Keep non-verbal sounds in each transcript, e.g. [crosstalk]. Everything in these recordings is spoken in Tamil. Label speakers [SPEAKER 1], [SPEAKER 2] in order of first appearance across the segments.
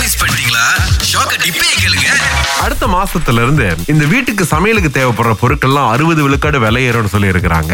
[SPEAKER 1] மிஸ் பண்ணிட்டீங்களா ஷாக்க டிப்பே கேளுங்க
[SPEAKER 2] அடுத்த மாசத்துல இருந்து இந்த வீட்டுக்கு சமையலுக்கு தேவைப்படுற பொருட்கள்லாம் அறுபது விழுக்காடு விலை ஏறும்னு சொல்லி இருக்கிறாங்க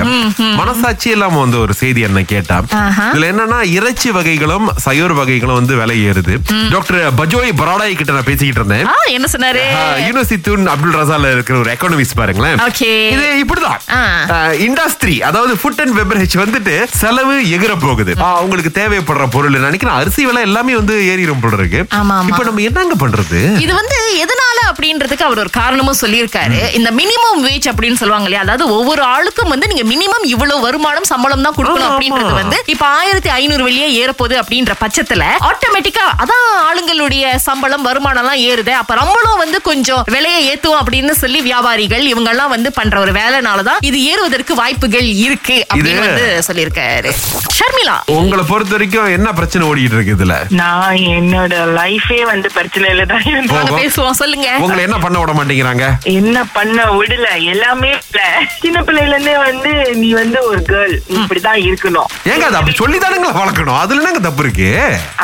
[SPEAKER 2] மனசாட்சி இல்லாம வந்து ஒரு செய்தி என்ன கேட்டா
[SPEAKER 3] ஆஹா.
[SPEAKER 2] இதுல என்னன்னா இறைச்சி வகைகளும் சயோர் வகைகளும் வந்து விலை ஏறுது டாக்டர் பஜோய் பரோடாய் கிட்ட நான் பேசிக்கிட்டு இருந்தேன்
[SPEAKER 3] ஆ, என்ன சொன்னாரு
[SPEAKER 2] யூனிவர்சிட்டி தூண் அப்துல் ரசால இருக்கிற ஒரு எக்கானமிஸ்ட் பாருங்களேன்
[SPEAKER 3] ஓகே
[SPEAKER 2] இது இப்படிதான்
[SPEAKER 3] ஆ.
[SPEAKER 2] இண்டஸ்ட்ரி அதாவது ஃபுட் அண்ட் பெவரேஜ் வந்துட்டு செலவு எகிற போகுது ஆ, உங்களுக்கு தேவைப்படுற பொருள் நினைக்கிறேன் அரிசி விலை எல்லாமே வந்து ஏறிடும் போல இருக்கு
[SPEAKER 3] ஆமா, ஆமா.
[SPEAKER 2] இப்ப நம்ம என்னங்க பண்றது
[SPEAKER 3] இது வந்து எதனால அப்படின்றதுக்கு அவர் ஒரு காரணமும் சொல்லியிருக்காரு இந்த மினிமம் வேஜ் அப்படின்னு சொல்லுவாங்க இல்லையா அதாவது ஒவ்வொரு ஆளுக்கும் வந்து நீங்க மினிமம் இவ்வளவு வருமானம் சம்பளம் தான் கொடுக்கணும்
[SPEAKER 2] ஆமா,
[SPEAKER 3] அப்படின்றது
[SPEAKER 2] ஆமா.
[SPEAKER 3] வந்து இப்ப ஆயிரத்தி ஐநூறு வெளியே ஏறப்போகுது அப்படின்ற பட்சத்துல ஆட்டோமேட்டிக்கா அதான் ஆளுங்களுடைய சம்பளம் வருமானம் எல்லாம் ஏறுது அப்ப நம்மளும் வந்து கொஞ்சம் விலையை ஏத்துவோம் அப்படின்னு சொல்லி வியாபாரிகள் இவங்க எல்லாம் வந்து பண்ற ஒரு வேலைனாலதான் இது ஏறுவதற்கு வாய்ப்புகள் இருக்கு அப்படின்னு
[SPEAKER 2] இது-
[SPEAKER 3] வந்து சொல்லியிருக்காரு ஷர்மிளா
[SPEAKER 2] உங்களை பொறுத்த வரைக்கும் என்ன பிரச்சனை ஓடிட்டு இருக்கு இதுல
[SPEAKER 4] நான் என்னோட லைஃபே வந்து பிரச்சனையில தான் இருந்தேன்
[SPEAKER 3] நாங்க
[SPEAKER 2] ஓஹோ.
[SPEAKER 3] பேசுவோம் சொல்லுங்க
[SPEAKER 2] உங்களை என்ன பண்ண விட மாட்டேங்கிறாங்க
[SPEAKER 4] என்ன பண்ண விடல எல்லாமே இல்ல. சின்ன பிள்ளையில இருந்தே வந்து நீ வந்து ஒரு கேர்ள் இப்படிதான் இருக்கணும்
[SPEAKER 2] ஏங்க அது அப்படி சொல்லி தானுங்களா வளர்க்கணும் அதுல என்னங்க தப்பு இருக்கு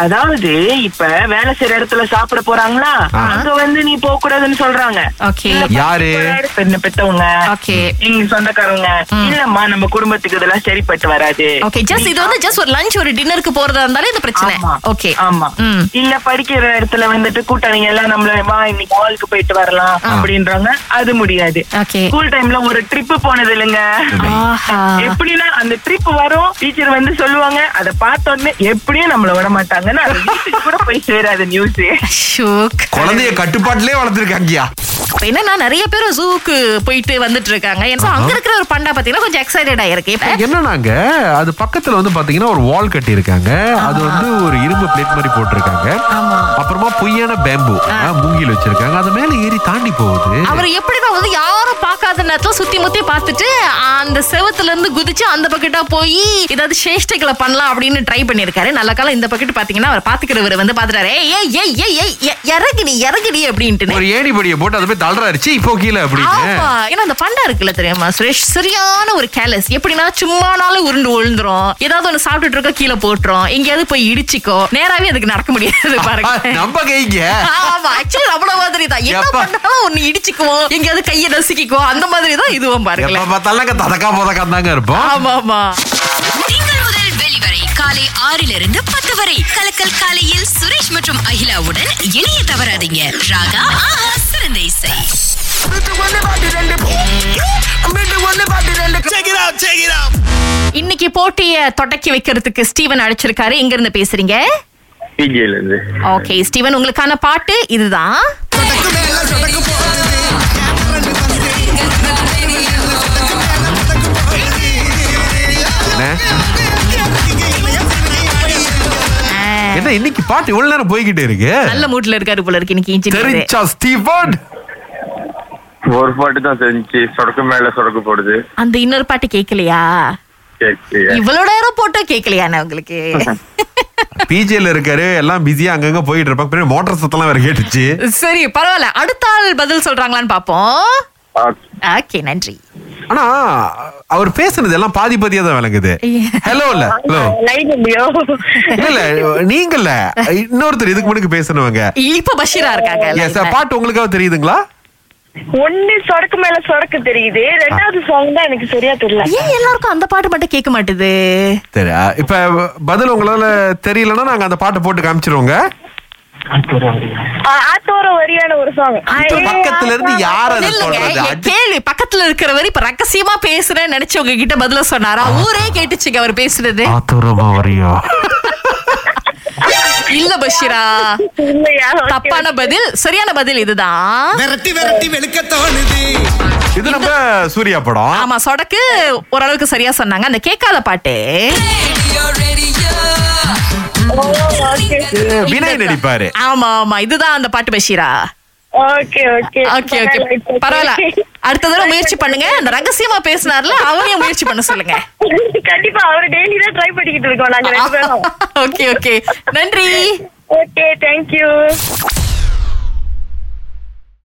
[SPEAKER 4] அதாவது இப்ப வேலை செய்யற இடத்துல சாப்பிட போறாங்களா அங்க வந்து நீ போக கூடாதுன்னு சொல்றாங்க
[SPEAKER 3] ஓகே
[SPEAKER 2] யாரு
[SPEAKER 4] பெண்ணு பெத்தவங்க
[SPEAKER 3] ஓகே
[SPEAKER 4] நீங்க சொந்தக்காரவங்க இல்லம்மா நம்ம குடும்பத்துக்கு இதெல்லாம் சரிப்பட்டு வராது
[SPEAKER 3] ஓகே ஜஸ்ட் இது வந்து ஜஸ்ட் ஒரு லஞ்ச் ஒரு டின்னருக்கு போறதா இருந்தாலே இந்த பிரச்சனை
[SPEAKER 4] ஆமா.
[SPEAKER 3] ஓகே
[SPEAKER 4] ஆமா
[SPEAKER 3] ம்.
[SPEAKER 4] இல்ல படிக்கிற இடத்துல வந்துட்டு கூட்டாளிங்க எல்லாம் நம்மள வா இன்னைக்கு மாலுக்கு போயிட்டு வரலாம் அப்படின்றாங்க அது முடியாது
[SPEAKER 3] ஓகே
[SPEAKER 4] ஸ்கூல் டைம்ல ஒரு ட்ரிப் போனது இல்லைங்க
[SPEAKER 3] ஆஹா
[SPEAKER 4] எப்படின்னா அந்த ட்ரிப் வரும் டீச்சர் வந்து சொல்லுவாங்க அதை பார்த்த உடனே எப்படியும் நம்மள விட மாட்டாங்கன்னு அது வீட்டுக்கு கூட போய் சேராது நியூஸ்
[SPEAKER 3] ஷோக்
[SPEAKER 2] குழந்தைய கட்டுப்பாட்டிலே வளர்த்திருக்காங்கயா
[SPEAKER 3] இப்ப என்னன்னா நிறைய பேர் ஜூக்கு போயிட்டு வந்துட்டு இருக்காங்க ஏன்னா அங்க இருக்கிற ஒரு பண்டா பாத்தீங்கன்னா கொஞ்சம் எக்ஸைட்டடா இருக்கு இப்ப
[SPEAKER 2] என்னன்னாங்க அது பக்கத்துல வந்து பாத்தீங்கன்னா ஒரு வால் கட்டி இருக்காங்க அது வந்து ஒரு இரும்பு பிளேட் மாதிரி போட்டிருக்காங்க
[SPEAKER 3] ஆமா.
[SPEAKER 2] அப்புறமா பொய்யான பேம்பு மூங்கில் வச்சிருக்காங்க அது மேல ஏறி தாண்டி போகுது
[SPEAKER 3] அவர் எப்படிதான் வந்து யாரும் பார்க்காத நேரத்துல சுத்தி முத்தி பார்த்துட்டு அந்த செவத்துல இருந்து குதிச்சு அந்த பக்கெட்டா போய் ஏதாவது சேஷ்டைகளை பண்ணலாம் அப்படின்னு ட்ரை பண்ணிருக்காரு நல்ல காலம் இந்த பக்கெட் பாத்தீங்கன்னா அவர் பாத்துக்கிறவர் வந்து பாத்துட்டாரு ஏய் ஏய் ஏய் ஏய் ஏய் ஏய், இறங்குடி இறங்குடி அப்படின்ட்டு
[SPEAKER 2] ஒரு ஏணி படியை போட்டு அதை போய் தளராச்சு இப்போ கீழே அப்படின்னு [laughs]
[SPEAKER 3] ஆமா ஏன்னா அந்த பண்டா இருக்குல்ல தெரியுமா சுரேஷ் சரியான ஒரு கேலஸ் எப்படின்னா சும்மானாலும் உருண்டு விழுந்துரும் ஏதாவது ஒண்ணு சாப்பிட்டுட்டு இருக்க கீழே போட்டுரும் எங்கேயாவது போய் இடிச்சுக்கோ நேராவே அதுக்கு நடக்க முடியாது
[SPEAKER 2] ஆ,
[SPEAKER 3] பாருங்க
[SPEAKER 2] நம்ம கைங்க
[SPEAKER 3] ஆமா ஆக்சுவலி நம்மள மாதிரி தான் என்ன
[SPEAKER 2] எப்பா?
[SPEAKER 3] பண்ணாலும் ஒண்ணு இடிச்சுக்குவோம் எங்கேயாவது கையை நசுக்கிக்குவோம் அந்த மாதிரி தான் இதுவும்
[SPEAKER 2] எப்ப
[SPEAKER 3] பாருங்களேன்
[SPEAKER 2] பார்த்தாலும் ததக்கா போதக்கா தாங்க இருப்போம்
[SPEAKER 3] ஆமா ஆமா
[SPEAKER 5] திங்கள் முதல் வெளிவரை காலை ஆறிலிருந்து பத்து வரை கலக்கல் காலையில் சுரேஷ் மற்றும் அகிலாவுடன் இணைய தவறாதீங்க ராகா ஆஹா சிறந்த இசை
[SPEAKER 3] இன்னைக்கு போட்டிய தொடக்கி வைக்கிறதுக்கு ஸ்டீவன் அழைச்சிருக்காரு எங்க இருந்து பேசுறீங்க
[SPEAKER 6] பிஜேல இருந்து
[SPEAKER 3] ஓகே ஸ்டீவன் உங்களுக்கான பாட்டு இதுதான்
[SPEAKER 2] என்ன? என்ன இன்னைக்கு பாட்டு இவ்வளவு நேரம் போய்கிட்டே இருக்கு
[SPEAKER 3] நல்ல மூட்ல இருக்காரு போல இருக்கு இன்னைக்கு engineer.
[SPEAKER 2] தெரிச்சா ஸ்டீவன்
[SPEAKER 6] ஒரு பாட்டு தான் தெரிஞ்சு சொடக்கு மேல சொடக்கு போடுது
[SPEAKER 3] அந்த இன்னொரு பாட்டு கேட்கலையா
[SPEAKER 6] கேக்கு
[SPEAKER 3] இவ்வளவு நேரம் போட்டோ கேட்கலையாண்ணா
[SPEAKER 2] [laughs]
[SPEAKER 3] உங்களுக்கு
[SPEAKER 2] பிஜேல இருக்காரு எல்லாம் பிஸியா அங்கங்க போயிட்டு இருப்பாங்க பின்னாடி மோட்டார் சத்தம்லாம் வேற கேட்டுச்சு
[SPEAKER 3] சரி பரவாயில்ல அடுத்த ஆள் பதில் சொல்றாங்களான்னு பாப்போம்
[SPEAKER 6] ஆ,
[SPEAKER 3] ஓகே நன்றி
[SPEAKER 2] ஆனா அவர் பேசுனது எல்லாம் பாதி பாதியா தான் விளங்குது ஹலோ இல்ல ஹலோ இல்ல இல்ல நீங்கல்ல இன்னொருத்தர் இதுக்கு முன்னாடி பேசினவங்க
[SPEAKER 3] இப்ப பஷீரா இருக்காங்க
[SPEAKER 2] எஸ்
[SPEAKER 3] லைன்ல.
[SPEAKER 2] பாட்டு உங்களுக்காக தெரியுதுங்களா
[SPEAKER 7] ஒண்ணு சொடக்கு மேல சொடக்கு தெரியுது ரெண்டாவது சாங் தான் எனக்கு சரியா தெரியல
[SPEAKER 3] ஏன் எல்லாருக்கும் அந்த பாட்டு மட்டும் கேட்க மாட்டுது
[SPEAKER 2] சரி அ, இப்ப பதில் உங்களால தெரியலன்னா நாங்க அந்த பாட்டு போட்டு காமிச்சிருவோங்க
[SPEAKER 7] ஆ- ஆத்தோர வரியான ஒரு சாங்
[SPEAKER 2] இப்ப பக்கத்துல இருந்து யார் அதை
[SPEAKER 3] இல்லைங்க,
[SPEAKER 2] சொல்றது
[SPEAKER 3] என்
[SPEAKER 2] அடி-
[SPEAKER 3] கேள்வி பக்கத்துல இருக்கிறவர் இப்ப ரகசியமா பேசுறேன்னு நினைச்சவங்க கிட்ட பதில சொன்னாரா ஊரே கேட்டுச்சுங்க அவர் பேசுறது
[SPEAKER 2] ஆத்துரமா வரையோ
[SPEAKER 3] இல்ல
[SPEAKER 2] [laughs]
[SPEAKER 3] பஷீரா
[SPEAKER 7] இல்லையா
[SPEAKER 3] தப்பான பதில் சரியான பதில் இதுதான்
[SPEAKER 8] விரட்டி விரட்டி வெளுக்க தோணுது
[SPEAKER 2] இது நம்ம சூர்யா படம்
[SPEAKER 3] ஆமா சொடக்கு ஓரளவுக்கு சரியா சொன்னாங்க அந்த கேட்காத பாட்டு
[SPEAKER 2] இது வினய் நடிப்பாரு
[SPEAKER 3] ஆமா ஆமா இதுதான் அந்த பாட்டு பஷீரா
[SPEAKER 7] ஓகே ஓகே
[SPEAKER 3] ஓகே ஓகே பரவாயில்ல அடுத்த தடவை முயற்சி பண்ணுங்க அந்த ரகசியமா பேசினார்ல அவரையும் முயற்சி பண்ண சொல்லுங்க
[SPEAKER 7] கண்டிப்பா அவரு டெய்லி தான் ட்ரை
[SPEAKER 3] [laughs]
[SPEAKER 7] பண்ணிக்கிட்டு இருக்கோம் நாங்க ரெண்டு பேரும்
[SPEAKER 3] ஓகே ஓகே நன்றி
[SPEAKER 7] ஓகே தேங்க்யூ